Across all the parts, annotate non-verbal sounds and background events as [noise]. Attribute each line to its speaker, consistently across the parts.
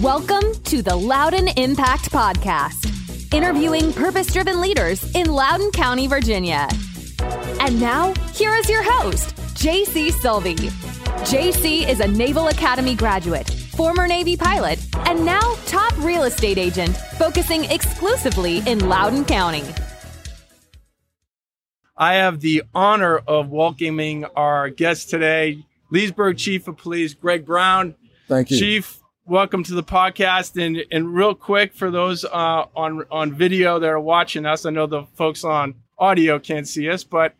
Speaker 1: Welcome to the Loudon Impact Podcast, interviewing purpose driven leaders in Loudon County, Virginia. And now, here is your host, JC Sylvie. JC is a Naval Academy graduate, former Navy pilot, and now top real estate agent, focusing exclusively in Loudon County.
Speaker 2: I have the honor of welcoming our guest today, Leesburg Chief of Police Greg Brown.
Speaker 3: Thank you.
Speaker 2: Chief, welcome to the podcast. And and real quick for those uh, on on video that are watching us, I know the folks on audio can't see us, but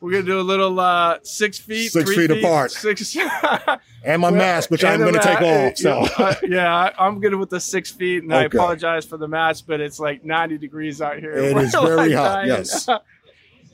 Speaker 2: we're gonna do a little uh, six feet,
Speaker 3: Six
Speaker 2: three
Speaker 3: feet apart.
Speaker 2: six. [laughs]
Speaker 3: and my mask, which I'm
Speaker 2: And
Speaker 3: going to
Speaker 2: the
Speaker 3: take
Speaker 2: ma-
Speaker 3: off. So
Speaker 2: uh, [laughs] yeah, I- I'm good with the six feet, and I
Speaker 3: Okay.
Speaker 2: apologize for the mask, but it's like 90 degrees out here. [laughs]
Speaker 3: It
Speaker 2: We're
Speaker 3: is very
Speaker 2: like
Speaker 3: hot,
Speaker 2: dying.
Speaker 3: yes.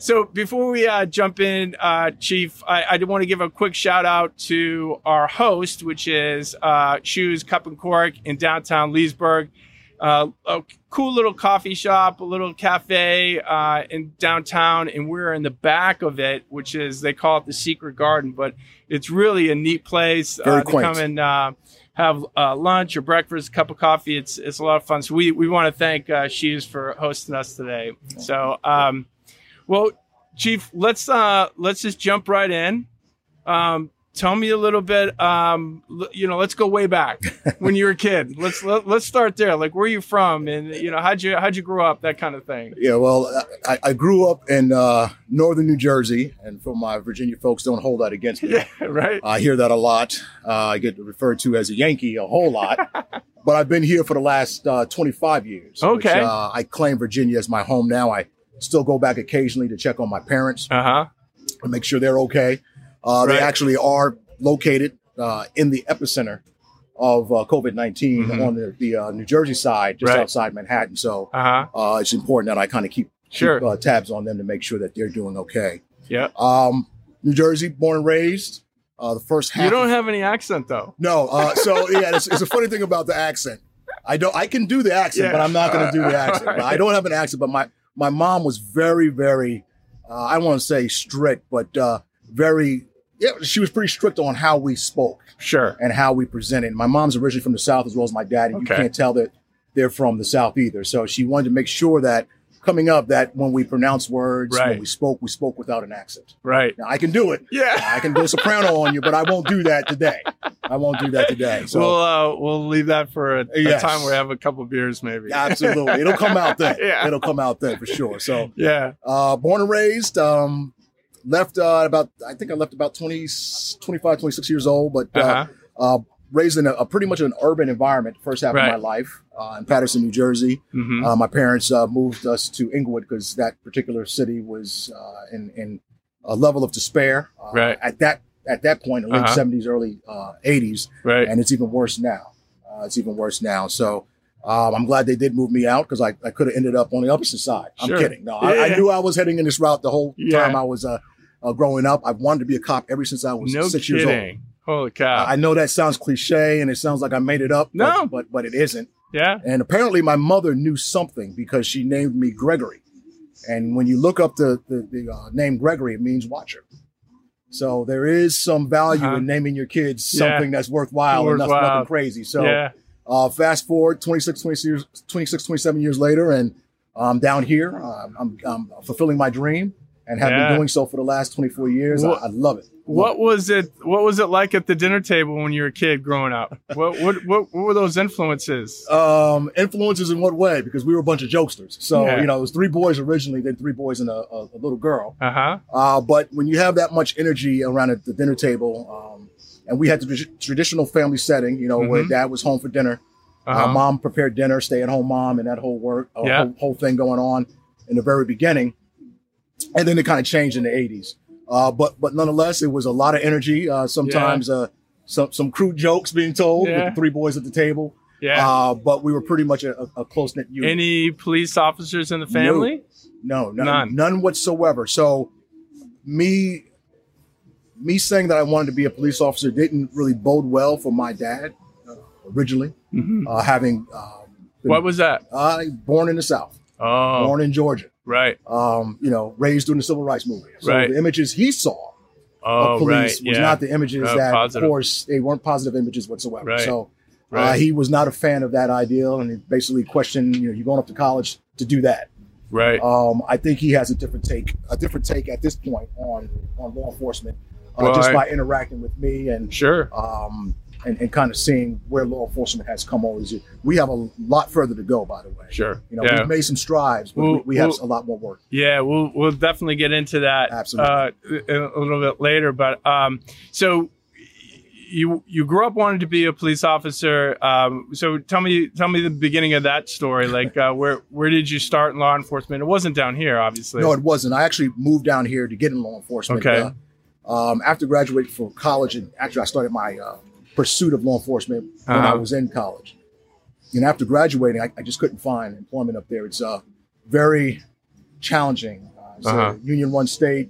Speaker 2: So before we uh, jump in, uh, Chief, I, I do want to give a quick shout out to our host, which is uh, Shoes Cup and Cork in downtown Leesburg. Uh, a cool little coffee shop, a little cafe uh, in downtown, and we're in the back of it, which is they call it the Secret Garden, but it's really a neat place uh,
Speaker 3: Very
Speaker 2: to
Speaker 3: quaint.
Speaker 2: come and uh, have uh, lunch or breakfast, cup of coffee. It's it's a lot of fun. So we we want to thank uh, Shoes for hosting us today. So, um, well, Chief, let's uh, let's just jump right in. Um, tell me a little bit. Um, l- you know, let's go way back when you were a kid. Let's let, let's start there. Like, where are you from, and you know, how'd you how'd you grow up? That kind of thing.
Speaker 3: yeah, well, I, I grew up in uh, northern New Jersey, and for my Virginia folks, don't hold that against me.
Speaker 2: Yeah, [laughs] right.
Speaker 3: I hear that a lot. Uh, I get referred to as a Yankee a
Speaker 2: [laughs]
Speaker 3: whole lot, but I've been here for the last uh, 25 years. which,
Speaker 2: Okay.
Speaker 3: uh, I claim Virginia as my home now. I still go back occasionally to check on my parents
Speaker 2: Uh huh.
Speaker 3: and make sure they're okay. Uh, They
Speaker 2: Right.
Speaker 3: actually are located uh, in the epicenter of uh, COVID 19
Speaker 2: Mhm.
Speaker 3: on the, the uh, New Jersey side, just
Speaker 2: Right.
Speaker 3: outside Manhattan. So
Speaker 2: Uh huh.
Speaker 3: uh, it's important that I kind of keep,
Speaker 2: Sure.
Speaker 3: keep, uh, tabs on them to make sure that they're doing okay.
Speaker 2: Yeah.
Speaker 3: Um, New Jersey, born and raised. Uh, the first half.
Speaker 2: You don't
Speaker 3: of-
Speaker 2: have any accent though.
Speaker 3: no. Uh, so yeah, it's, it's a funny thing about the accent. I don't. I can do the accent,
Speaker 2: Yeah.
Speaker 3: but I'm not going to do the accent.
Speaker 2: Alright.
Speaker 3: I don't have an accent, but my my mom was very, very. Uh, I want to say strict, but uh, very. Yeah, she was pretty strict on how we spoke
Speaker 2: Sure.
Speaker 3: and how we presented. My mom's originally from the South as well as my dad, and
Speaker 2: Okay.
Speaker 3: you can't tell that they're from the South either. So she wanted to make sure that coming up, that when we pronounce words,
Speaker 2: Right.
Speaker 3: when we spoke, we spoke without an accent.
Speaker 2: Right.
Speaker 3: Now I can do it.
Speaker 2: Yeah.
Speaker 3: I can do soprano on you, but I won't do that today. I won't do that today. So
Speaker 2: we'll uh, we'll leave that for a, a
Speaker 3: Yes.
Speaker 2: time where I have a couple beers, maybe.
Speaker 3: absolutely, it'll come out then.
Speaker 2: [laughs] Yeah.
Speaker 3: It'll come out then for sure. So
Speaker 2: Yeah.
Speaker 3: uh, born and raised. Um, left uh, about I think I left about 20, 25, 26 years old, but uh,
Speaker 2: Uh-huh.
Speaker 3: uh, raised in a, a pretty much an urban environment the first half
Speaker 2: Right.
Speaker 3: of my life uh, in Patterson, New Jersey.
Speaker 2: hmm
Speaker 3: Uh, my parents uh, moved us to Inglewood because that particular city was uh, in in a level of despair uh,
Speaker 2: Right.
Speaker 3: at that at that point, in the late
Speaker 2: Uh-huh.
Speaker 3: seventies, early uh, eighties,
Speaker 2: Right.
Speaker 3: and it's even worse now. Uh, it's even worse now. So. Um, I'm glad they did move me out because I, I could have ended up on the opposite side. I'm
Speaker 2: Sure.
Speaker 3: kidding. No, I,
Speaker 2: Yeah.
Speaker 3: I knew I was heading in this route the whole
Speaker 2: Yeah.
Speaker 3: time I was uh, uh, growing up. I've wanted to be a cop ever since I was
Speaker 2: No
Speaker 3: six
Speaker 2: kidding.
Speaker 3: years old.
Speaker 2: Holy cow.
Speaker 3: I I know that sounds cliche and it sounds like I made it up.
Speaker 2: No.
Speaker 3: but, but but it isn't.
Speaker 2: yeah.
Speaker 3: And apparently, my mother knew something because she named me Gregory. And when you look up the the, the uh, name Gregory, it means watcher. So there is some value
Speaker 2: Uh-huh.
Speaker 3: in naming your kids
Speaker 2: Yeah.
Speaker 3: something that's worthwhile, and nothing,
Speaker 2: Worthwhile.
Speaker 3: nothing crazy. So
Speaker 2: yeah.
Speaker 3: uh, fast forward 26, 26 years, 26, 27 years later, and I'm down here. Uh, I'm, I'm fulfilling my dream and have
Speaker 2: Yeah.
Speaker 3: been doing so for the last 24 years. I,
Speaker 2: What-
Speaker 3: I love it. Love
Speaker 2: What was it? What was it like at the dinner table when you were a kid growing up? What what what, what were those influences?
Speaker 3: um influences in what way because we were a bunch of jokesters so
Speaker 2: Yeah.
Speaker 3: you know it was three boys originally then three boys and a, a, a little girl
Speaker 2: Uh huh.
Speaker 3: uh but when you have that much energy around at the dinner table um and we had the tra- traditional family setting you know where
Speaker 2: Mhm.
Speaker 3: dad was home for dinner
Speaker 2: Uh-huh.
Speaker 3: uh, mom prepared dinner stay at home mom and that whole work uh,
Speaker 2: Yeah.
Speaker 3: whole, whole thing going on in the very beginning and then it kind of changed in the 80s uh but but nonetheless it was a lot of energy uh sometimes uh some some crude jokes being told
Speaker 2: Yeah.
Speaker 3: with the three boys at the table
Speaker 2: yeah.
Speaker 3: uh, but we were pretty much a, a close knit unit.
Speaker 2: Any police officers in the family?
Speaker 3: no, none,
Speaker 2: None.
Speaker 3: none, whatsoever. So, me, me saying that I wanted to be a police officer didn't really bode well for my dad uh, originally,
Speaker 2: Mhm.
Speaker 3: uh, having um, been,
Speaker 2: What was that?
Speaker 3: uh, born in the South,
Speaker 2: Oh,
Speaker 3: born in Georgia,
Speaker 2: right.
Speaker 3: um, you know, raised during the Civil Rights Movement. So
Speaker 2: Right.
Speaker 3: the images he saw
Speaker 2: Oh,
Speaker 3: of police
Speaker 2: right.
Speaker 3: was
Speaker 2: yeah.
Speaker 3: not the images
Speaker 2: Uh,
Speaker 3: that,
Speaker 2: positive.
Speaker 3: of course, they weren't positive images whatsoever.
Speaker 2: Right.
Speaker 3: So Uh,
Speaker 2: Right.
Speaker 3: he was not a fan of that idea, and he basically questioned, you know, you're going up to college to do that.
Speaker 2: Right.
Speaker 3: Um, I think he has a different take, a different take at this point on on law enforcement, uh,
Speaker 2: Well,
Speaker 3: just
Speaker 2: I-
Speaker 3: by interacting with me and
Speaker 2: sure.
Speaker 3: um, and, and kind of seeing where law enforcement has come over. We have a lot further to go, by the way.
Speaker 2: Sure.
Speaker 3: You know,
Speaker 2: yeah.
Speaker 3: we've made some strides, but we,
Speaker 2: Well,
Speaker 3: we have
Speaker 2: well-
Speaker 3: a lot more work.
Speaker 2: Yeah, we'll we'll definitely get into that uh,
Speaker 3: Absolutely.
Speaker 2: in a little bit later. But um, so you you grew up wanting to be a police officer. Um, so tell me tell me the beginning of that
Speaker 3: [laughs]
Speaker 2: story. Like uh, where where did you start in law enforcement? It wasn't down here, obviously.
Speaker 3: No, it wasn't. I actually moved down here to get in law enforcement.
Speaker 2: Okay.
Speaker 3: Uh, um, after graduating from college, and actually, I started my uh, pursuit of law enforcement when I
Speaker 2: Uh-huh.
Speaker 3: was in college. And after graduating, I, I just couldn't find employment up there. It's uh, very challenging. Uh, it's
Speaker 2: Uh-huh.
Speaker 3: a union run state.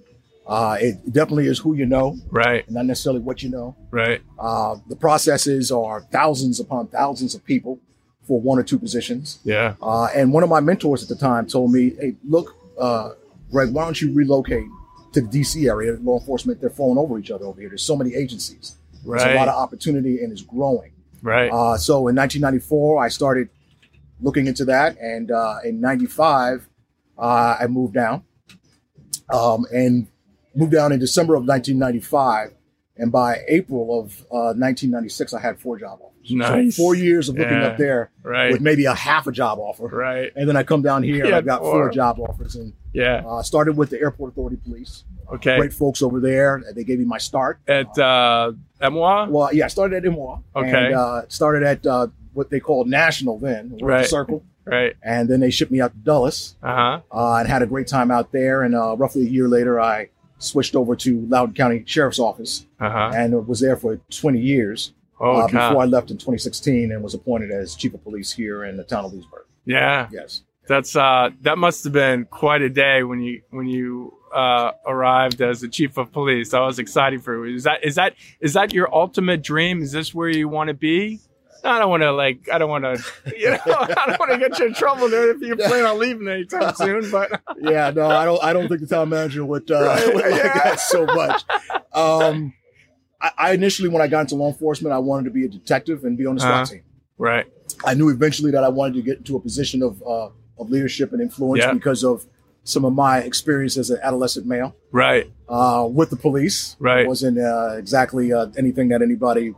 Speaker 3: Uh, it definitely is who you know,
Speaker 2: right,
Speaker 3: not necessarily what you know.
Speaker 2: right,
Speaker 3: Uh, the processes are thousands upon thousands of people for one or two positions.
Speaker 2: yeah,
Speaker 3: Uh, and one of my mentors at the time told me, "Hey, look, uh, Greg, why don't you relocate to the D.C. area? Law enforcement, they're falling over each other over here. There's so many agencies. There's a lot
Speaker 2: right,
Speaker 3: of opportunity, and it's growing."
Speaker 2: right,
Speaker 3: Uh, so in 1994, I started looking into that, and uh, in '95, uh, I moved down, um, and moved down in December of 1995, and by April of uh, 1996, I had four job offers.
Speaker 2: Nice.
Speaker 3: So four years of looking
Speaker 2: Yeah.
Speaker 3: up there
Speaker 2: right,
Speaker 3: with maybe a half a job offer.
Speaker 2: right,
Speaker 3: And then I come down here. and
Speaker 2: Yeah,
Speaker 3: I've got four.
Speaker 2: four.
Speaker 3: job offers, and
Speaker 2: yeah,
Speaker 3: uh, started with the Airport Authority Police.
Speaker 2: okay.
Speaker 3: Great folks over there. They gave me my start.
Speaker 2: At uh, Emois,
Speaker 3: Well, yeah, I started at MWA.
Speaker 2: Okay.
Speaker 3: And, uh, started at uh, what they called National then, Worked the
Speaker 2: Right.
Speaker 3: Circle,
Speaker 2: right?
Speaker 3: and then they shipped me out to Dulles,
Speaker 2: Uh huh.
Speaker 3: uh, and had a great time out there. And uh, roughly a year later, I switched over to Loudoun County Sheriff's Office,
Speaker 2: Uh huh.
Speaker 3: and was there for 20 years
Speaker 2: Oh,
Speaker 3: uh,
Speaker 2: God.
Speaker 3: before I left in 2016 and was appointed as Chief of Police here in the town of Leesburg.
Speaker 2: yeah.
Speaker 3: Yes.
Speaker 2: That's uh that must have been quite a day when you when you uh arrived as the chief of police. I was excited for you. Is that is that is that your ultimate dream? Is this where you want to be? I don't want to like I don't want to you know [laughs] I don't want to get you in trouble there if you plan on leaving
Speaker 3: [laughs]
Speaker 2: anytime soon. But [laughs]
Speaker 3: yeah, no, I don't. I don't think the town manager would, uh, [laughs]
Speaker 2: Right,
Speaker 3: would like
Speaker 2: yeah.
Speaker 3: that so much. Um, I, I initially, when I got into law enforcement, I wanted to be a detective and be on the SWAT
Speaker 2: Uh-huh.
Speaker 3: team.
Speaker 2: right,
Speaker 3: I knew eventually that I wanted to get into a position of uh, of leadership and influence
Speaker 2: Yeah.
Speaker 3: because of some of my experience as an adolescent male
Speaker 2: right,
Speaker 3: uh, with the police.
Speaker 2: Right.
Speaker 3: wasn't uh, exactly uh, anything that anybody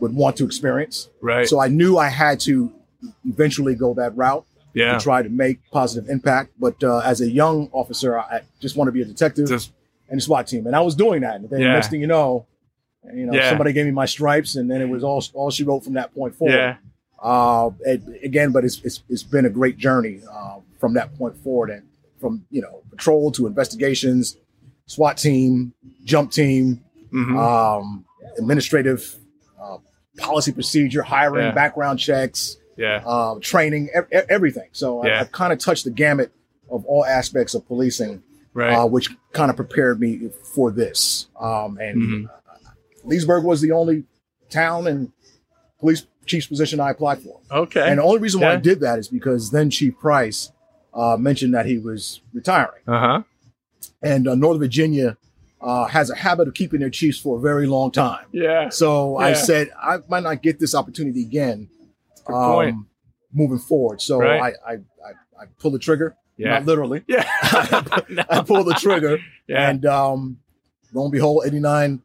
Speaker 3: would want to experience.
Speaker 2: right,
Speaker 3: So I knew I had to eventually go that route
Speaker 2: yeah.
Speaker 3: to try to make positive impact. But uh, as a young officer, I I just want to be a detective
Speaker 2: Just
Speaker 3: and a SWAT team, and I was doing that. And then
Speaker 2: Yeah.
Speaker 3: next thing you know, you know,
Speaker 2: Yeah.
Speaker 3: somebody gave me my stripes, and then it was all all she wrote from that point forward.
Speaker 2: yeah,
Speaker 3: Uh, it, again, but it's, it's it's been a great journey uh, from that point forward, and from you know patrol to investigations, SWAT team, jump team,
Speaker 2: mhm,
Speaker 3: um, administrative. Uh, policy procedure hiring
Speaker 2: Yeah.
Speaker 3: background checks
Speaker 2: yeah,
Speaker 3: uh, training, e- e- everything. So I,
Speaker 2: Yeah.
Speaker 3: I've kind of touched the gamut of all aspects of policing,
Speaker 2: right,
Speaker 3: uh, which kind of prepared me for this. Um, and
Speaker 2: Mhm.
Speaker 3: Leesburg was the only town and police chief's position I applied for.
Speaker 2: okay,
Speaker 3: And the only reason why I
Speaker 2: Yeah.
Speaker 3: did that is because then Chief Price uh, mentioned that he was retiring.
Speaker 2: uh huh,
Speaker 3: And uh, Northern Virginia uh, has a habit of keeping their chiefs for a very long time.
Speaker 2: yeah,
Speaker 3: So I
Speaker 2: Yeah.
Speaker 3: said I might not get this opportunity again. um,
Speaker 2: Good point.
Speaker 3: Moving forward, so
Speaker 2: Right.
Speaker 3: I, I I I pull the trigger,
Speaker 2: yeah,
Speaker 3: not literally.
Speaker 2: yeah,
Speaker 3: [laughs]
Speaker 2: No.
Speaker 3: I pull the trigger,
Speaker 2: [laughs] yeah,
Speaker 3: and um, lo and behold, eighty nine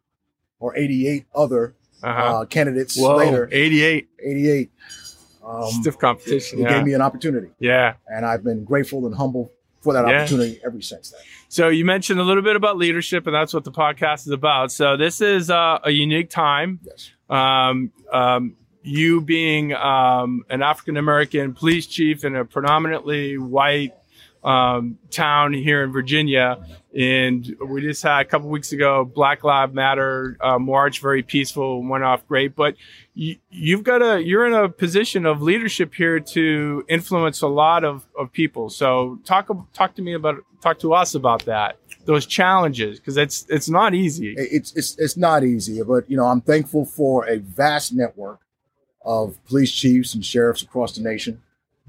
Speaker 3: or eighty eight other
Speaker 2: uh-huh.
Speaker 3: uh, candidates
Speaker 2: Whoa,
Speaker 3: later,
Speaker 2: eighty-eight,
Speaker 3: eighty eight. Um,
Speaker 2: stiff competition.
Speaker 3: it
Speaker 2: yeah.
Speaker 3: gave me an opportunity,
Speaker 2: yeah.
Speaker 3: and I've been grateful and humble for that
Speaker 2: Yeah.
Speaker 3: opportunity ever since then.
Speaker 2: So you mentioned a little bit about leadership, and that's what the podcast is about. So this is uh, a unique time.
Speaker 3: Yes,
Speaker 2: Um, um, you being um, an African American police chief in a predominantly white um, town here in Virginia, and we just had a couple weeks ago Black Lives Matter uh, march, very peaceful, went off great. But you, you've got a you're in a position of leadership here to influence a lot of, of people. So talk talk to me about talk to us about that those challenges because it's it's not easy.
Speaker 3: It- it's it's it's not easy, but you know I'm thankful for a vast network of police chiefs and sheriffs across the nation,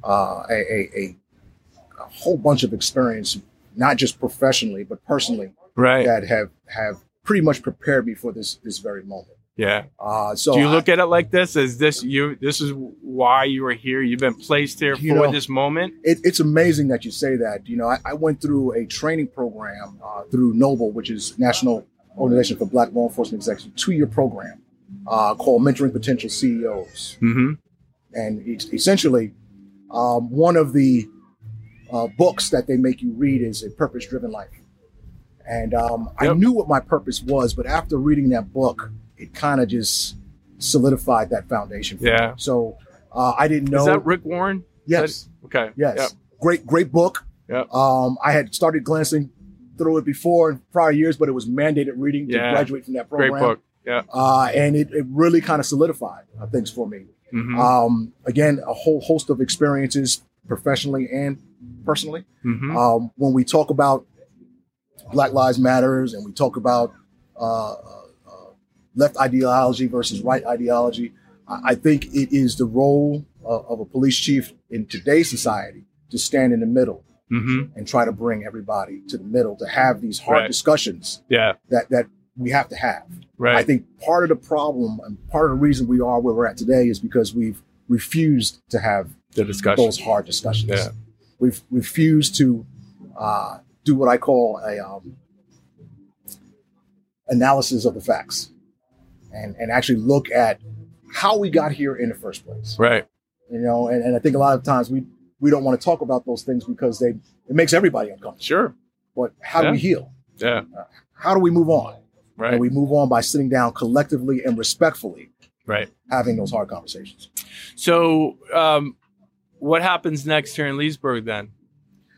Speaker 3: uh, a, a, a a whole bunch of experience, not just professionally but personally,
Speaker 2: Right.
Speaker 3: that have have pretty much prepared me for this this very moment.
Speaker 2: Yeah.
Speaker 3: Uh, so
Speaker 2: Do you
Speaker 3: I-
Speaker 2: look at it like this? Is this you? This is why you are here. You've been placed here
Speaker 3: You
Speaker 2: for
Speaker 3: know-
Speaker 2: this moment.
Speaker 3: it, it's amazing that you say that. You know, I, I went through a training program uh, through Noble, which is National Organization for Black Law Enforcement Executives, two-year program uh, called Mentoring Potential E CEOs,
Speaker 2: Mm-hmm.
Speaker 3: and it's essentially, um, one of the uh, books that they make you read is A Purpose-Driven Life. And um, I
Speaker 2: Yep.
Speaker 3: knew what my purpose was, but after reading that book, it kind of just solidified that foundation. For
Speaker 2: Yeah.
Speaker 3: Me. So uh, I didn't know.
Speaker 2: Is that Rick Warren?
Speaker 3: yes.
Speaker 2: Okay.
Speaker 3: Yes.
Speaker 2: Yep.
Speaker 3: Great, great book.
Speaker 2: Yep.
Speaker 3: Um, I had started glancing through it before in prior years, but it was mandated reading to
Speaker 2: Yeah.
Speaker 3: graduate from that
Speaker 2: Great
Speaker 3: program.
Speaker 2: book. Yeah.
Speaker 3: Uh, and it, it really kind of solidified uh, things for me.
Speaker 2: Mm-hmm.
Speaker 3: Um, again, a whole host of experiences professionally and personally.
Speaker 2: mm-hmm.
Speaker 3: Um, when we talk about Black Lives Matters and we talk about uh, uh, uh, left ideology versus right ideology, I, I think it is the role of, of a police chief in today's society to stand in the middle
Speaker 2: Mm-hmm.
Speaker 3: and try to bring everybody to the middle to have these hard
Speaker 2: Right.
Speaker 3: discussions
Speaker 2: Yeah.
Speaker 3: that that we have to have. I
Speaker 2: Right.
Speaker 3: think part of the problem and part of the reason we are where we're at today is because we've refused to have
Speaker 2: the discussion.
Speaker 3: those hard discussions.
Speaker 2: Yeah.
Speaker 3: We've refused to uh, do what I call a um, analysis of the facts and, and actually look at how we got here in the first place.
Speaker 2: Right.
Speaker 3: You know, and, and I think a lot of times we, we don't want to talk about those things because they it makes everybody uncomfortable.
Speaker 2: Sure.
Speaker 3: But how do
Speaker 2: Yeah.
Speaker 3: we heal? Uh,
Speaker 2: Yeah.
Speaker 3: How do we move on?
Speaker 2: Right.
Speaker 3: And we move on by sitting down collectively and respectfully
Speaker 2: right.
Speaker 3: having those hard conversations.
Speaker 2: So, um, what happens next here in Leesburg then?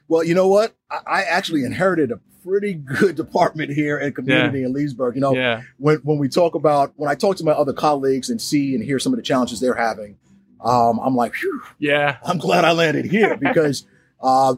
Speaker 3: Well, you know what? I, I actually inherited a pretty good [laughs] department here at community in Leesburg. You know,
Speaker 2: Yeah.
Speaker 3: when when we talk about when I talk to my other colleagues and see and hear some of the challenges they're having, um, I'm like, phew,
Speaker 2: Yeah.
Speaker 3: I'm glad I landed
Speaker 2: [laughs]
Speaker 3: here because uh,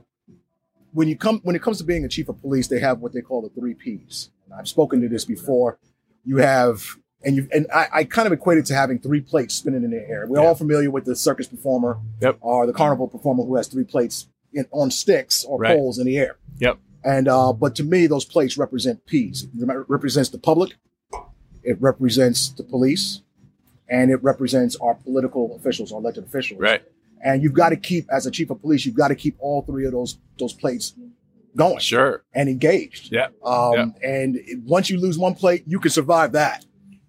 Speaker 3: when you come when it comes to being a chief of police, they have what they call the three P's. And I've spoken to this before. You have and you and I, I kind of equate it to having three plates spinning in the air. We're
Speaker 2: Yeah.
Speaker 3: all familiar with the circus performer
Speaker 2: Yep.
Speaker 3: or the carnival performer who has three plates in, on sticks or
Speaker 2: Right.
Speaker 3: poles in the air.
Speaker 2: Yep.
Speaker 3: And uh, but to me, those plates represent P's. It represents the public. It represents the police, and it represents our political officials, our elected officials.
Speaker 2: Right.
Speaker 3: And you've got to keep, as a chief of police, you've got to keep all three of those those plates going
Speaker 2: Sure.
Speaker 3: and engaged.
Speaker 2: Yeah.
Speaker 3: Um, And it- once you lose one plate, you can survive that.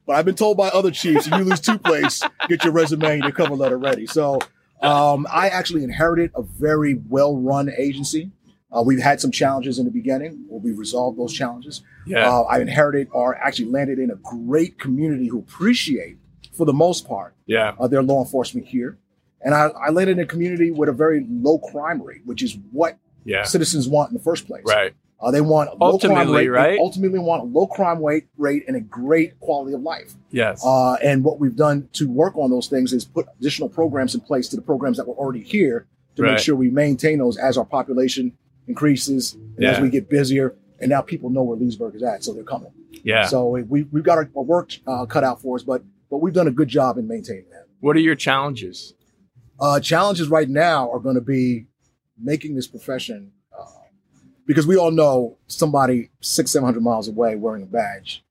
Speaker 3: But I've been told by other chiefs, if you lose two plates, get your resume and your cover letter ready. So um, I actually inherited a very well run agency. Uh, we've had some challenges in the beginning. Well, we resolved those challenges.
Speaker 2: Yeah.
Speaker 3: Uh, I inherited or actually landed in a great community who appreciate, for the most part,
Speaker 2: yeah.
Speaker 3: uh, their law enforcement here. And I, I landed in a community with a very low crime rate, which is what
Speaker 2: Yeah.
Speaker 3: citizens want in the first place.
Speaker 2: Right.
Speaker 3: Uh, they want a low crime
Speaker 2: Ultimately,
Speaker 3: rate.
Speaker 2: right?
Speaker 3: They ultimately want a low crime rate, rate and a great quality of life.
Speaker 2: Yes.
Speaker 3: Uh, and what we've done to work on those things is put additional programs in place to the programs that were already here to
Speaker 2: Right.
Speaker 3: make sure we maintain those as our population increases and
Speaker 2: Yeah.
Speaker 3: as we get busier. And now people know where Leesburg is at, so they're coming.
Speaker 2: yeah.
Speaker 3: So we, we've got our, our work uh, cut out for us, but but we've done a good job in maintaining that.
Speaker 2: what are your challenges?
Speaker 3: Uh, challenges right now are going to be making this profession uh, because we all know somebody six, 700 miles away wearing a badge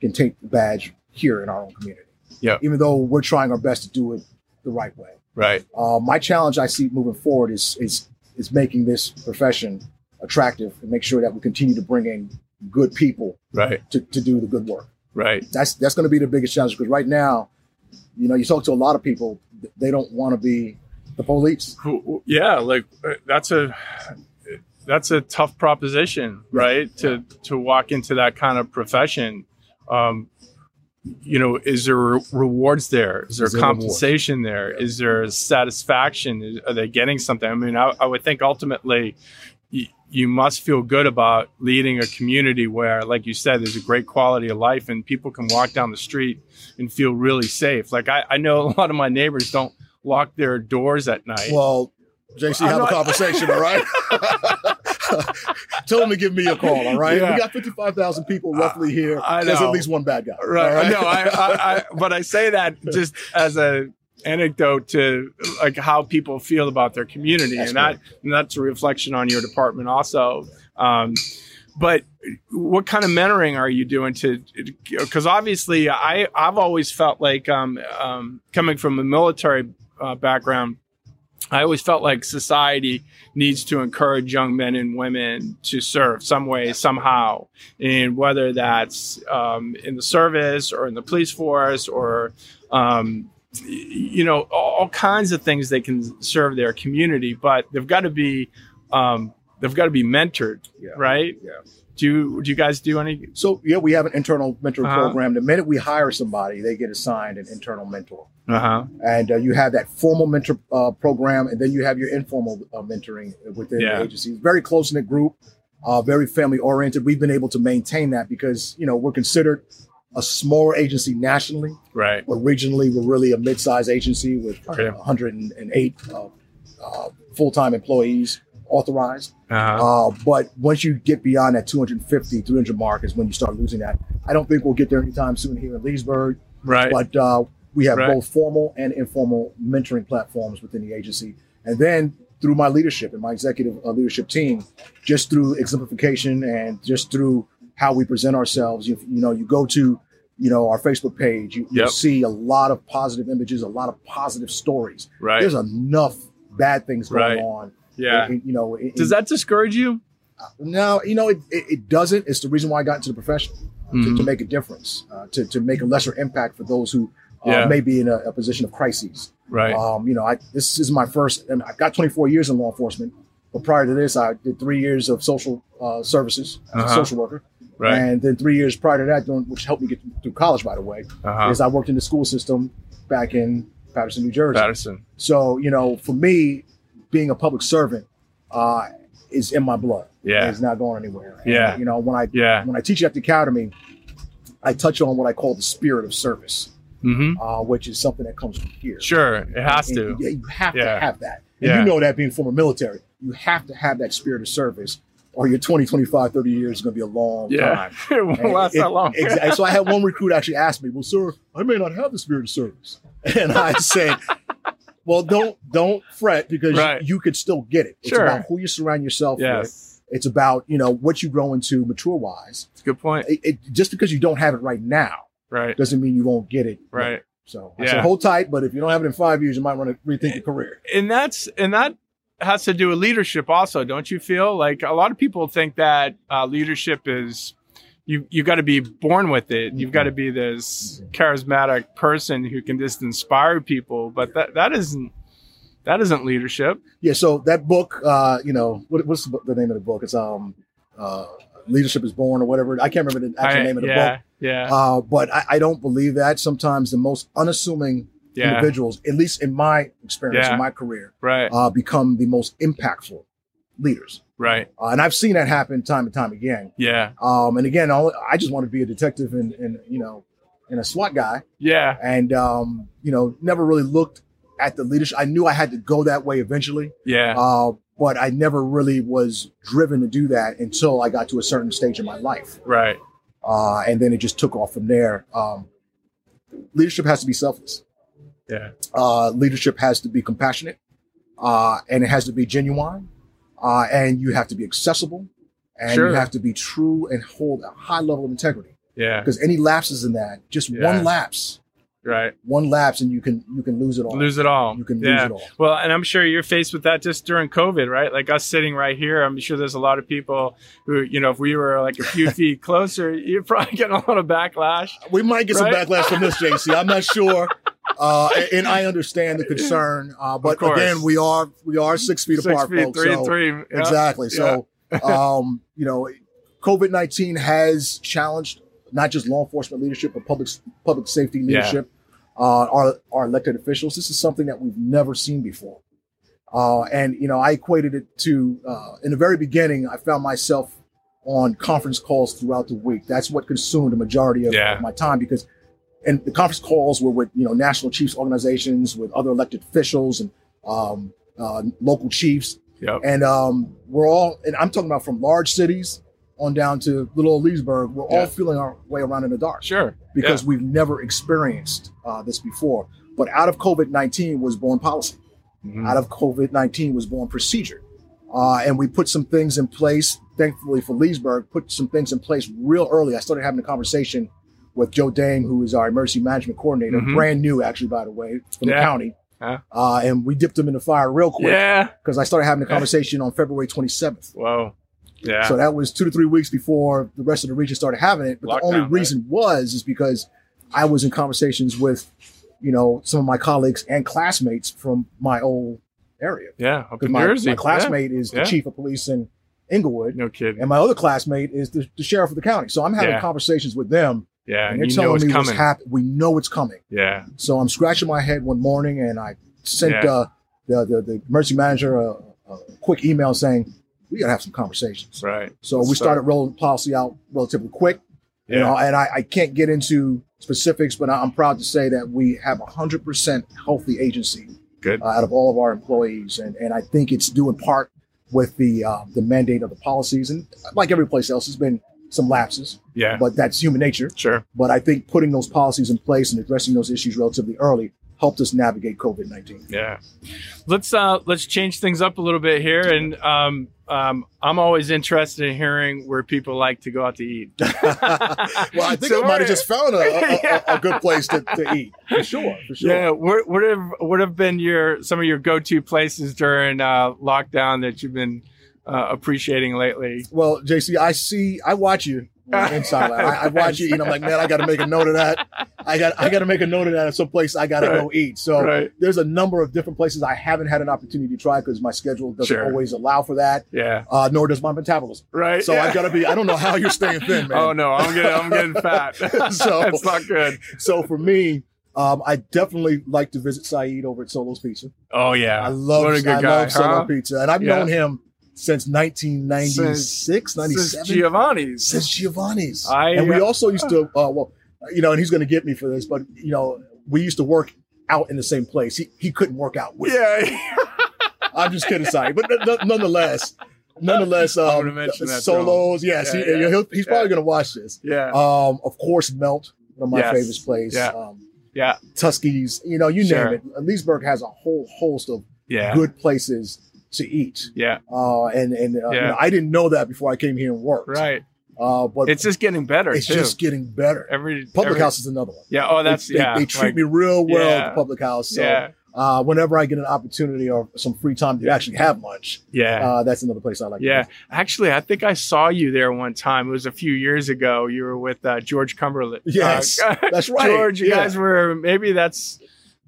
Speaker 3: can take the badge here in our own community.
Speaker 2: Yeah.
Speaker 3: Even though we're trying our best to do it the right way.
Speaker 2: Right.
Speaker 3: Uh, my challenge I see moving forward is, is, is making this profession attractive and make sure that we continue to bring in good people
Speaker 2: Right.
Speaker 3: to, to do the good work
Speaker 2: Right.
Speaker 3: that's that's going to be the biggest challenge because right now, you know, you talk to a lot of people, th- they don't want to be the police.
Speaker 2: Who- who- Yeah. Like uh, that's a that's a tough proposition,
Speaker 3: Yeah.
Speaker 2: right? To to walk into that kind of profession. Um, you know, is there re- rewards there? Is there
Speaker 3: Is there
Speaker 2: compensation there? Is there satisfaction? Is, are they getting something? I mean, I, I would think ultimately y- you must feel good about leading a community where, like you said, there's a great quality of life and people can walk down the street and feel really safe. Like I, I know a lot of my neighbors don't lock their doors at night.
Speaker 3: Well, JC,
Speaker 2: I'm
Speaker 3: have
Speaker 2: not-
Speaker 3: a conversation,
Speaker 2: [laughs]
Speaker 3: all right? Tell them to give me a call, all right?
Speaker 2: Yeah.
Speaker 3: We got fifty-five thousand people roughly here.
Speaker 2: I
Speaker 3: There's
Speaker 2: know.
Speaker 3: at least one bad guy,
Speaker 2: right.
Speaker 3: all
Speaker 2: No, I, I, I, but I say that just as a anecdote to like how people feel about their community,
Speaker 3: That's
Speaker 2: and that and that's a reflection on your department also. Um, but what kind of mentoring are you doing to because obviously i i've always felt like um, um coming from a military uh, background i always felt like society needs to encourage young men and women to serve some way somehow and whether that's um, in the service or in the police force or um, you know all kinds of things they can serve their community but they've got to be um, they've got to be mentored
Speaker 3: Yeah.
Speaker 2: right
Speaker 3: Yeah.
Speaker 2: do you do you guys do any
Speaker 3: [laughs] So yeah, we have an internal mentor
Speaker 2: Uh-huh.
Speaker 3: program. The minute we hire somebody, they get assigned an internal mentor,
Speaker 2: uh-huh
Speaker 3: and uh, you have that formal mentor uh, program, and then you have your informal uh, mentoring within
Speaker 2: Yeah.
Speaker 3: the agency. Very close knit group, uh, very family oriented. We've been able to maintain that because you know we're considered a smaller agency nationally.
Speaker 2: right
Speaker 3: Originally, we're really a mid sized agency with
Speaker 2: Okay.
Speaker 3: 108 uh, uh, full time employees authorized.
Speaker 2: uh-huh
Speaker 3: Uh, but once you get beyond that 250, 300 mark is when you start losing that. I don't think we'll get there anytime soon here in Leesburg,
Speaker 2: right
Speaker 3: but uh, we have
Speaker 2: Right.
Speaker 3: both formal and informal mentoring platforms within the agency. And then through my leadership and my executive uh, leadership team, just through exemplification and just through how we present ourselves, you, you know, you go to, you know, our Facebook page, you, you'll
Speaker 2: Yep.
Speaker 3: see a lot of positive images, a lot of positive stories.
Speaker 2: right
Speaker 3: There's enough bad things going
Speaker 2: Right.
Speaker 3: on.
Speaker 2: yeah
Speaker 3: in- you know, in-
Speaker 2: does that discourage you
Speaker 3: no, you know, it, it, it doesn't. It's the reason why I got into the profession uh, to, to
Speaker 2: Mhm.
Speaker 3: make a difference, uh, to, to make a lesser impact for those who uh,
Speaker 2: Yeah.
Speaker 3: may be in a, a position of crises.
Speaker 2: right
Speaker 3: Um, you know, I, this is my first, and I've got 24 years in law enforcement. But prior to this, I did three years of social uh, services as
Speaker 2: Uh-huh.
Speaker 3: a social worker.
Speaker 2: right
Speaker 3: And then three years prior to that, doing, which helped me get through college, by the way,
Speaker 2: uh-huh
Speaker 3: is I worked in the school system back in Patterson, New Jersey.
Speaker 2: patterson
Speaker 3: So, you know, for me, being a public servant uh, is in my blood.
Speaker 2: Yeah.
Speaker 3: It's not going anywhere. And,
Speaker 2: Yeah.
Speaker 3: You know, when I
Speaker 2: yeah
Speaker 3: when I teach at the academy, I touch on what I call the spirit of service,
Speaker 2: mm-hmm
Speaker 3: uh, which is something that comes from here.
Speaker 2: sure it has
Speaker 3: And
Speaker 2: to
Speaker 3: You, you have
Speaker 2: Yeah.
Speaker 3: to have that. And
Speaker 2: Yeah.
Speaker 3: you know that being former military, you have to have that spirit of service or your 20, 25, 30 years is going to be a long time.
Speaker 2: [laughs] yeah it won't
Speaker 3: And
Speaker 2: last
Speaker 3: it-
Speaker 2: that long
Speaker 3: exactly. So I
Speaker 2: [laughs]
Speaker 3: had one recruit actually ask me, "Well, sir, I may not have the spirit of service," and I said, "Well, don't don't fret because
Speaker 2: Right.
Speaker 3: you, could still get it. It's
Speaker 2: Sure.
Speaker 3: about who you surround yourself with.
Speaker 2: yes
Speaker 3: It's about you know what you grow into mature wise.
Speaker 2: it's a good point
Speaker 3: It, it, just because you don't have it right now
Speaker 2: right
Speaker 3: doesn't mean you won't get it.
Speaker 2: right
Speaker 3: So I
Speaker 2: Yeah.
Speaker 3: said, hold tight, but if you don't have it in five years, you might want to rethink your career.
Speaker 2: and that's and that has to do with leadership also don't you feel like a lot of people think that uh, leadership is you you got to be born with it you've got to be this charismatic person who can just inspire people but that that isn't that isn't leadership
Speaker 3: Yeah. So that book, uh, you know, what, what's the, book- the name of the book? It's um, uh, Leadership is Born or whatever. I can't remember the actual
Speaker 2: I-
Speaker 3: name of the book.
Speaker 2: yeah yeah
Speaker 3: Uh, but I, I don't believe that. Sometimes the most unassuming
Speaker 2: yeah
Speaker 3: individuals, at least in my experience,
Speaker 2: Yeah.
Speaker 3: in my career,
Speaker 2: right
Speaker 3: uh, become the most impactful leaders.
Speaker 2: right
Speaker 3: Uh, and I've seen that happen time and time again.
Speaker 2: yeah
Speaker 3: Um, and again, I'll, I just want to be a detective and, and you know, and a SWAT guy,
Speaker 2: yeah
Speaker 3: and um, you know, never really looked at the leadership. I knew I had to go that way eventually,
Speaker 2: yeah
Speaker 3: uh, but I never really was driven to do that until I got to a certain stage in my life
Speaker 2: right
Speaker 3: uh, and then it just took off from there. Um, leadership has to be selfless.
Speaker 2: yeah
Speaker 3: Uh, leadership has to be compassionate, uh, and it has to be genuine, uh, and you have to be accessible, and
Speaker 2: Sure.
Speaker 3: you have to be true and hold a high level of integrity.
Speaker 2: yeah
Speaker 3: Because any lapses in that, just
Speaker 2: Yeah.
Speaker 3: one lapse,
Speaker 2: right
Speaker 3: one lapse, and you can you can lose it all.
Speaker 2: lose it all
Speaker 3: you can
Speaker 2: yeah.
Speaker 3: lose it all.
Speaker 2: Well, and I'm sure you're faced with that just during COVID, right? Like us sitting right here, I'm sure there's a lot of people who, you know, if we were like a
Speaker 3: [laughs]
Speaker 2: few feet closer, you're probably getting a lot of backlash.
Speaker 3: We might get
Speaker 2: Right?
Speaker 3: some backlash from this, JC. I'm not
Speaker 2: [laughs]
Speaker 3: sure. Uh, and- and I understand the concern, uh, but
Speaker 2: course.
Speaker 3: again, we are we are six feet
Speaker 2: Six
Speaker 3: apart,
Speaker 2: feet,
Speaker 3: folks.
Speaker 2: three
Speaker 3: so-
Speaker 2: and three. Yeah.
Speaker 3: Exactly. So, um, you know, COVID nineteen has challenged not just law enforcement leadership, but public public safety
Speaker 2: Yeah.
Speaker 3: leadership. Uh, our our elected officials. This is something that we've never seen before. Uh, and you know, I equated it to uh, in the very beginning. I found myself on conference calls throughout the week. That's what consumed the majority of,
Speaker 2: Yeah.
Speaker 3: of my time because, and the conference calls were with you know national chiefs organizations, with other elected officials, and um, uh, local chiefs,
Speaker 2: Yep.
Speaker 3: and um, we're all, and I'm talking about from large cities on down to little old Leesburg, we're
Speaker 2: Yeah.
Speaker 3: all feeling our way around in the dark
Speaker 2: Sure.
Speaker 3: because we've never experienced uh, this before. But out of COVID 19 was born policy,
Speaker 2: Mhm.
Speaker 3: out of COVID 19 was born procedure, Uh, and we put some things in place, thankfully for Leesburg, put some things in place real early. I started having a conversation with Joe Dame, who is our emergency management coordinator,
Speaker 2: Mhm.
Speaker 3: brand new actually, by the way, from
Speaker 2: Yeah.
Speaker 3: the county.
Speaker 2: Huh.
Speaker 3: Uh, and we dipped him in the fire real quick
Speaker 2: Yeah.
Speaker 3: because I started having a
Speaker 2: Yeah.
Speaker 3: conversation on February 27th.
Speaker 2: Whoa. Yeah.
Speaker 3: So that was two to three weeks before the rest of the region started having it. But the only
Speaker 2: Lockdown, right?
Speaker 3: reason was is because I was in conversations with, you know, some of my colleagues and classmates from my old area.
Speaker 2: yeah. Up
Speaker 3: Because
Speaker 2: in
Speaker 3: my,
Speaker 2: Jersey.
Speaker 3: my classmate is the
Speaker 2: Yeah.
Speaker 3: chief of police in Inglewood,
Speaker 2: Yeah. No kidding.
Speaker 3: and my other classmate is the, the sheriff of the county. So I'm having
Speaker 2: Yeah.
Speaker 3: conversations with them,
Speaker 2: Yeah. And
Speaker 3: and they're
Speaker 2: you know
Speaker 3: telling
Speaker 2: it's
Speaker 3: me what's
Speaker 2: coming.
Speaker 3: happening. We know it's coming.
Speaker 2: yeah.
Speaker 3: So I'm scratching my head one morning, and I sent
Speaker 2: Yeah.
Speaker 3: uh, the, the the emergency manager a, a quick email saying we gotta have some conversations.
Speaker 2: Right.
Speaker 3: So
Speaker 2: Let's
Speaker 3: we
Speaker 2: start.
Speaker 3: started rolling policy out relatively quick.
Speaker 2: Yeah.
Speaker 3: You know, and I, I can't get into specifics, but I- I'm proud to say that we have 100% healthy agency
Speaker 2: Good.
Speaker 3: uh, out of all of our employees. And, and I think it's due in part with the uh, the mandate of the policies. And like every place else, there's been some lapses,
Speaker 2: yeah.
Speaker 3: but that's human nature.
Speaker 2: Sure.
Speaker 3: But I think putting those policies in place and addressing those issues relatively early helped us navigate COVID 19.
Speaker 2: Yeah. Let's uh let's change things up a little bit here and um um I'm always interested in hearing where people like to go out to eat. well,
Speaker 3: [laughs] Well, I
Speaker 2: I
Speaker 3: think I might have just found a, [laughs] a, a, a good place to, to eat. For sure. For sure.
Speaker 2: Yeah, what what have what have been your some of your go-to places during uh lockdown that you've been uh, appreciating lately?
Speaker 3: Well, JC, I see, I watch you inside. I, I watch you eat. I'm like, man, I got to make a note of that. I got, I got to make a note of that at some place I got to go eat. So
Speaker 2: Right.
Speaker 3: there's a number of different places I haven't had an opportunity to try because my schedule doesn't
Speaker 2: Sure.
Speaker 3: always allow for that,
Speaker 2: Yeah.
Speaker 3: uh, nor does my metabolism.
Speaker 2: Right.
Speaker 3: So
Speaker 2: Yeah.
Speaker 3: [laughs] I got to be. I don't know how you're staying thin, [laughs] man.
Speaker 2: Oh no, I'm getting I'm
Speaker 3: [laughs]
Speaker 2: getting fat. [laughs]
Speaker 3: So-
Speaker 2: it's not good.
Speaker 3: So for me. Um, I definitely like to visit Saeed over at Solo's Pizza.
Speaker 2: Oh yeah,
Speaker 3: I love,
Speaker 2: what a good
Speaker 3: I
Speaker 2: guy.
Speaker 3: love Solo
Speaker 2: huh?
Speaker 3: Pizza, and I've
Speaker 2: Yeah.
Speaker 3: known him since 1996,
Speaker 2: This is
Speaker 3: 97.
Speaker 2: Giovanni's.
Speaker 3: since Giovanni's.
Speaker 2: I-
Speaker 3: and we also used to, uh, well, you know, and he's going to get me for this, but you know, we used to work out in the same place. He he couldn't work out with. me. [laughs]
Speaker 2: yeah, [laughs]
Speaker 3: I'm just kidding, sorry, but n- n- nonetheless, nonetheless,
Speaker 2: I wanna
Speaker 3: um,
Speaker 2: mention that to
Speaker 3: solos. Yes,
Speaker 2: Yeah,
Speaker 3: he,
Speaker 2: yeah,
Speaker 3: he'll- he's probably going to watch this.
Speaker 2: yeah,
Speaker 3: Um, of course, Melt, one of my
Speaker 2: Yes.
Speaker 3: favorite places.
Speaker 2: Yeah.
Speaker 3: Um,
Speaker 2: yeah,
Speaker 3: Tuskies, you know, you
Speaker 2: Sure.
Speaker 3: name it. Leesburg has a whole host of
Speaker 2: yeah,
Speaker 3: good places to eat.
Speaker 2: yeah.
Speaker 3: Uh, and and uh, you
Speaker 2: Yeah.
Speaker 3: know, I didn't know that before I came here and worked.
Speaker 2: Right.
Speaker 3: Uh, but
Speaker 2: It's just getting better
Speaker 3: it's
Speaker 2: too.
Speaker 3: just getting better.
Speaker 2: every
Speaker 3: Public
Speaker 2: every-
Speaker 3: House is another one.
Speaker 2: Yeah. Oh, that's
Speaker 3: they,
Speaker 2: yeah.
Speaker 3: They, treat
Speaker 2: like,
Speaker 3: me real well at
Speaker 2: yeah.
Speaker 3: the Public House. So
Speaker 2: yeah,
Speaker 3: uh, whenever I get an opportunity or some free time to actually have lunch,
Speaker 2: yeah.
Speaker 3: uh, that's another place I like.
Speaker 2: yeah, Uh,
Speaker 3: To go.
Speaker 2: actually, I think I saw you there one time. It was a few years ago. You were with uh, George Cumberland.
Speaker 3: Yes,
Speaker 2: Uh,
Speaker 3: that's [laughs]
Speaker 2: [laughs]
Speaker 3: right.
Speaker 2: George, you
Speaker 3: yeah.
Speaker 2: guys were maybe that's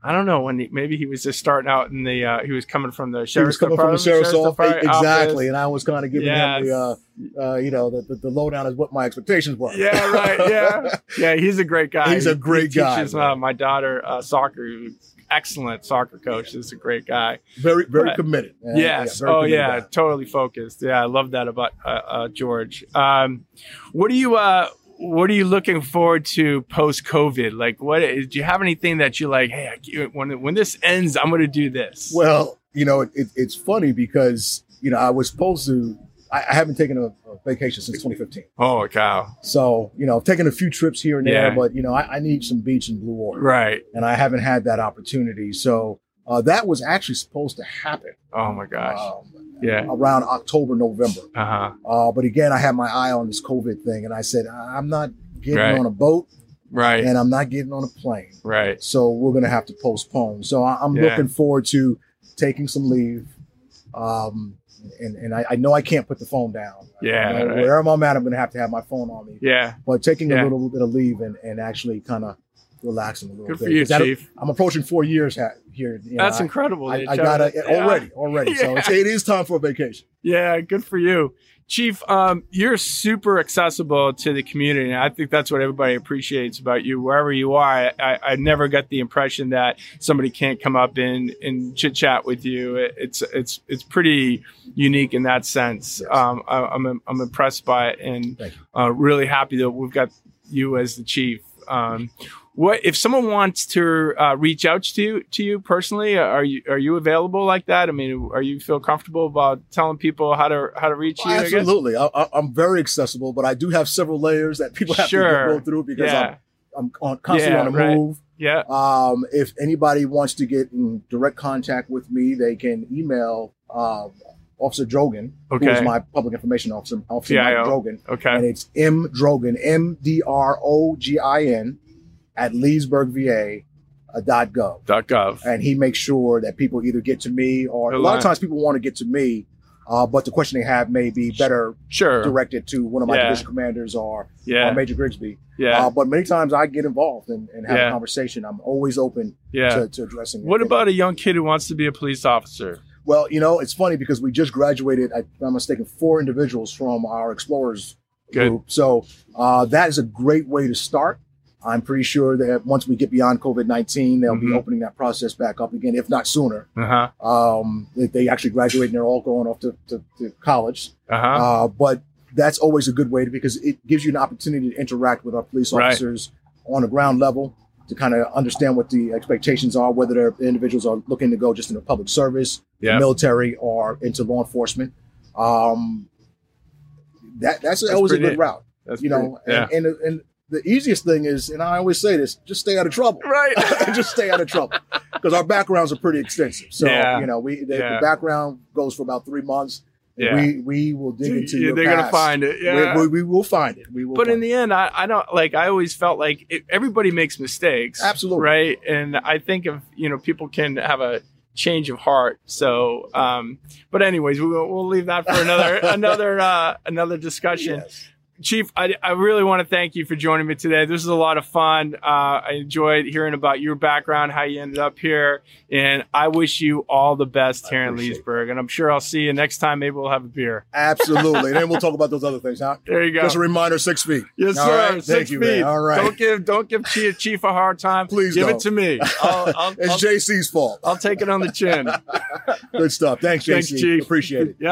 Speaker 2: I don't know when he, maybe he was just starting out in the uh, he was coming from the
Speaker 3: He was
Speaker 2: sheriff's
Speaker 3: coming from the
Speaker 2: department.
Speaker 3: sheriff's office,
Speaker 2: department
Speaker 3: exactly, and I was kind of giving him the,
Speaker 2: Yes.
Speaker 3: uh, uh, you know, the, the, the lowdown is what my expectations were.
Speaker 2: Yeah, right. Yeah, yeah. He's a great guy.
Speaker 3: He's a
Speaker 2: He-
Speaker 3: great
Speaker 2: he
Speaker 3: guy,
Speaker 2: Teaches
Speaker 3: man.
Speaker 2: uh, my daughter uh, soccer. He's an Excellent soccer coach. He's a great guy.
Speaker 3: [laughs] very, very
Speaker 2: Right.
Speaker 3: committed. Yeah,
Speaker 2: yes.
Speaker 3: very
Speaker 2: oh
Speaker 3: committed
Speaker 2: yeah.
Speaker 3: guy.
Speaker 2: Totally focused. Yeah, I love that about uh, uh, George. Um, what do you? Uh, what are you looking forward to post COVID? Like, what do you have anything that you like? Hey, I, when when this ends, I'm going to do this.
Speaker 3: Well, you know, it, it, it's funny because you know I was supposed to. I, I haven't taken a, a vacation since 2015,
Speaker 2: oh cow!
Speaker 3: so you know, I've taken a few trips here and there,
Speaker 2: Yeah.
Speaker 3: but you know, I, I need some beach and blue water.
Speaker 2: Right.
Speaker 3: and I haven't had that opportunity. So uh, that was actually supposed to happen
Speaker 2: Oh my gosh.
Speaker 3: um,
Speaker 2: Yeah.
Speaker 3: around October, November.
Speaker 2: Uh huh.
Speaker 3: Uh, but again, I had my eye on this COVID thing, and I said "I- I'm not getting
Speaker 2: Right.
Speaker 3: on a boat
Speaker 2: Right.
Speaker 3: and I'm not getting on a plane,
Speaker 2: right.
Speaker 3: so we're gonna have to postpone. So I- I'm
Speaker 2: Yeah.
Speaker 3: looking forward to taking some leave. Um, and, and I, I know I can't put the phone down.
Speaker 2: Yeah,
Speaker 3: You know,
Speaker 2: right.
Speaker 3: Wherever I'm at, I'm going to have to have my phone on me.
Speaker 2: Yeah.
Speaker 3: But taking
Speaker 2: Yeah.
Speaker 3: a little bit of leave and, and actually kind of relaxing a little
Speaker 2: Good
Speaker 3: bit.
Speaker 2: for you,
Speaker 3: 'Cause that'll-
Speaker 2: Chief.
Speaker 3: I'm approaching four years ha- here. You know,
Speaker 2: That's
Speaker 3: I-
Speaker 2: incredible.
Speaker 3: I,
Speaker 2: that
Speaker 3: I
Speaker 2: you
Speaker 3: got
Speaker 2: chose-
Speaker 3: it
Speaker 2: [laughs] Yeah.
Speaker 3: already, already. So it's, it is time for a vacation.
Speaker 2: Yeah, good for you. Chief, um, you're super accessible to the community. And I think that's what everybody appreciates about you. Wherever you are, I, I never got the impression that somebody can't come up and, and chit chat with you. It- It's, it's, it's pretty unique in that sense.
Speaker 3: Yes.
Speaker 2: Um, I, I'm, I'm impressed by it and
Speaker 3: Thank
Speaker 2: uh, really happy that we've got you as the chief. Um, what if someone wants to uh, reach out to you, to you personally? uh, Are you are you available like that? I mean, are you feel comfortable about telling people how to how to reach you? I guess?
Speaker 3: Oh, Absolutely. I, I, I'm very accessible, but I do have several layers that people have
Speaker 2: Sure.
Speaker 3: to go through because
Speaker 2: Yeah,
Speaker 3: I'm, I'm on, constantly
Speaker 2: Yeah,
Speaker 3: on the
Speaker 2: right.
Speaker 3: move.
Speaker 2: yeah,
Speaker 3: Um, if anybody wants to get in direct contact with me, they can email uh, Officer Drogan, who
Speaker 2: Okay.
Speaker 3: is my public information officer, Officer Mike
Speaker 2: CIO.
Speaker 3: Drogan. And
Speaker 2: Okay.
Speaker 3: it's M Drogan, M D R O G I N, at LeesburgVA uh, dot gov.
Speaker 2: Dot gov.
Speaker 3: And he makes sure that people either get to me or
Speaker 2: Good
Speaker 3: a lot
Speaker 2: line.
Speaker 3: of times people want to get to me, uh, but the question they have may be better
Speaker 2: Sure.
Speaker 3: directed to one of my
Speaker 2: Yeah.
Speaker 3: division commanders or, or
Speaker 2: Yeah.
Speaker 3: Major Grigsby.
Speaker 2: Yeah.
Speaker 3: Uh, but many times I get involved and, and have
Speaker 2: Yeah.
Speaker 3: a conversation. I'm always open
Speaker 2: Yeah.
Speaker 3: to, to addressing.
Speaker 2: What
Speaker 3: it.
Speaker 2: about a young kid who wants to be a police officer?
Speaker 3: Well, you know, it's funny because we just graduated. I, if I'm mistaken, four individuals from our explorers
Speaker 2: Good.
Speaker 3: group. So uh, that is a great way to start. I'm pretty sure that once we get beyond COVID 19, they'll
Speaker 2: Mhm.
Speaker 3: be opening that process back up again, if not sooner.
Speaker 2: Uh huh.
Speaker 3: Um, they- they actually graduate and they're all going off to, to, to college.
Speaker 2: Uh huh.
Speaker 3: Uh, but that's always a good way to, because it gives you an opportunity to interact with our police
Speaker 2: Right.
Speaker 3: officers on the ground level to kind of understand what the expectations are, whether they're individuals are looking to go just into public service,
Speaker 2: Yeah.
Speaker 3: military, or into law enforcement. Um, that that's, always a
Speaker 2: pretty
Speaker 3: good
Speaker 2: neat.
Speaker 3: route,
Speaker 2: That's
Speaker 3: you know.
Speaker 2: pretty- yeah.
Speaker 3: And, and and the easiest thing is, and I always say this: just stay out of trouble. [laughs]
Speaker 2: Right.
Speaker 3: just stay out of trouble because our backgrounds are pretty extensive. So
Speaker 2: Yeah.
Speaker 3: you know, we the,
Speaker 2: Yeah.
Speaker 3: the background goes for about three months.
Speaker 2: Yeah.
Speaker 3: We we will [laughs]
Speaker 2: [laughs]
Speaker 3: dig into your
Speaker 2: They're gonna
Speaker 3: past.
Speaker 2: find it.
Speaker 3: We-
Speaker 2: Yeah.
Speaker 3: We, we will find it. We will.
Speaker 2: but in
Speaker 3: find it.
Speaker 2: the end, I, I don't like. I always felt like it, everybody makes mistakes,
Speaker 3: Absolutely.
Speaker 2: right? And I think if you know people can have a change of heart. So, um, but anyways, we, will we'll leave that for
Speaker 3: [laughs]
Speaker 2: another another uh, another discussion.
Speaker 3: Yes.
Speaker 2: Chief, I, I really want to thank you for joining me today. This is a lot of fun. Uh, I enjoyed hearing about your background, how you ended up here, and I wish you all the best
Speaker 3: I
Speaker 2: here in
Speaker 3: appreciate it.
Speaker 2: Leesburg. And I'm sure I'll see you next time. Maybe we'll have a beer.
Speaker 3: Absolutely. and then we'll talk about those other things. Huh?
Speaker 2: There you go.
Speaker 3: Just a reminder: six feet.
Speaker 2: Yes,
Speaker 3: All
Speaker 2: sir.
Speaker 3: right?
Speaker 2: Six
Speaker 3: Thank you,
Speaker 2: feet.
Speaker 3: man. All right.
Speaker 2: Don't give don't give Chief, Chief a hard time.
Speaker 3: Please
Speaker 2: give it
Speaker 3: don't.
Speaker 2: to
Speaker 3: [laughs]
Speaker 2: me. I'll, I'll,
Speaker 3: it's
Speaker 2: I'll,
Speaker 3: JC's fault. [laughs]
Speaker 2: I'll take it on the chin.
Speaker 3: Good stuff. Thanks, JC.
Speaker 2: Thanks, Chief.
Speaker 3: Appreciate it.
Speaker 2: Yep.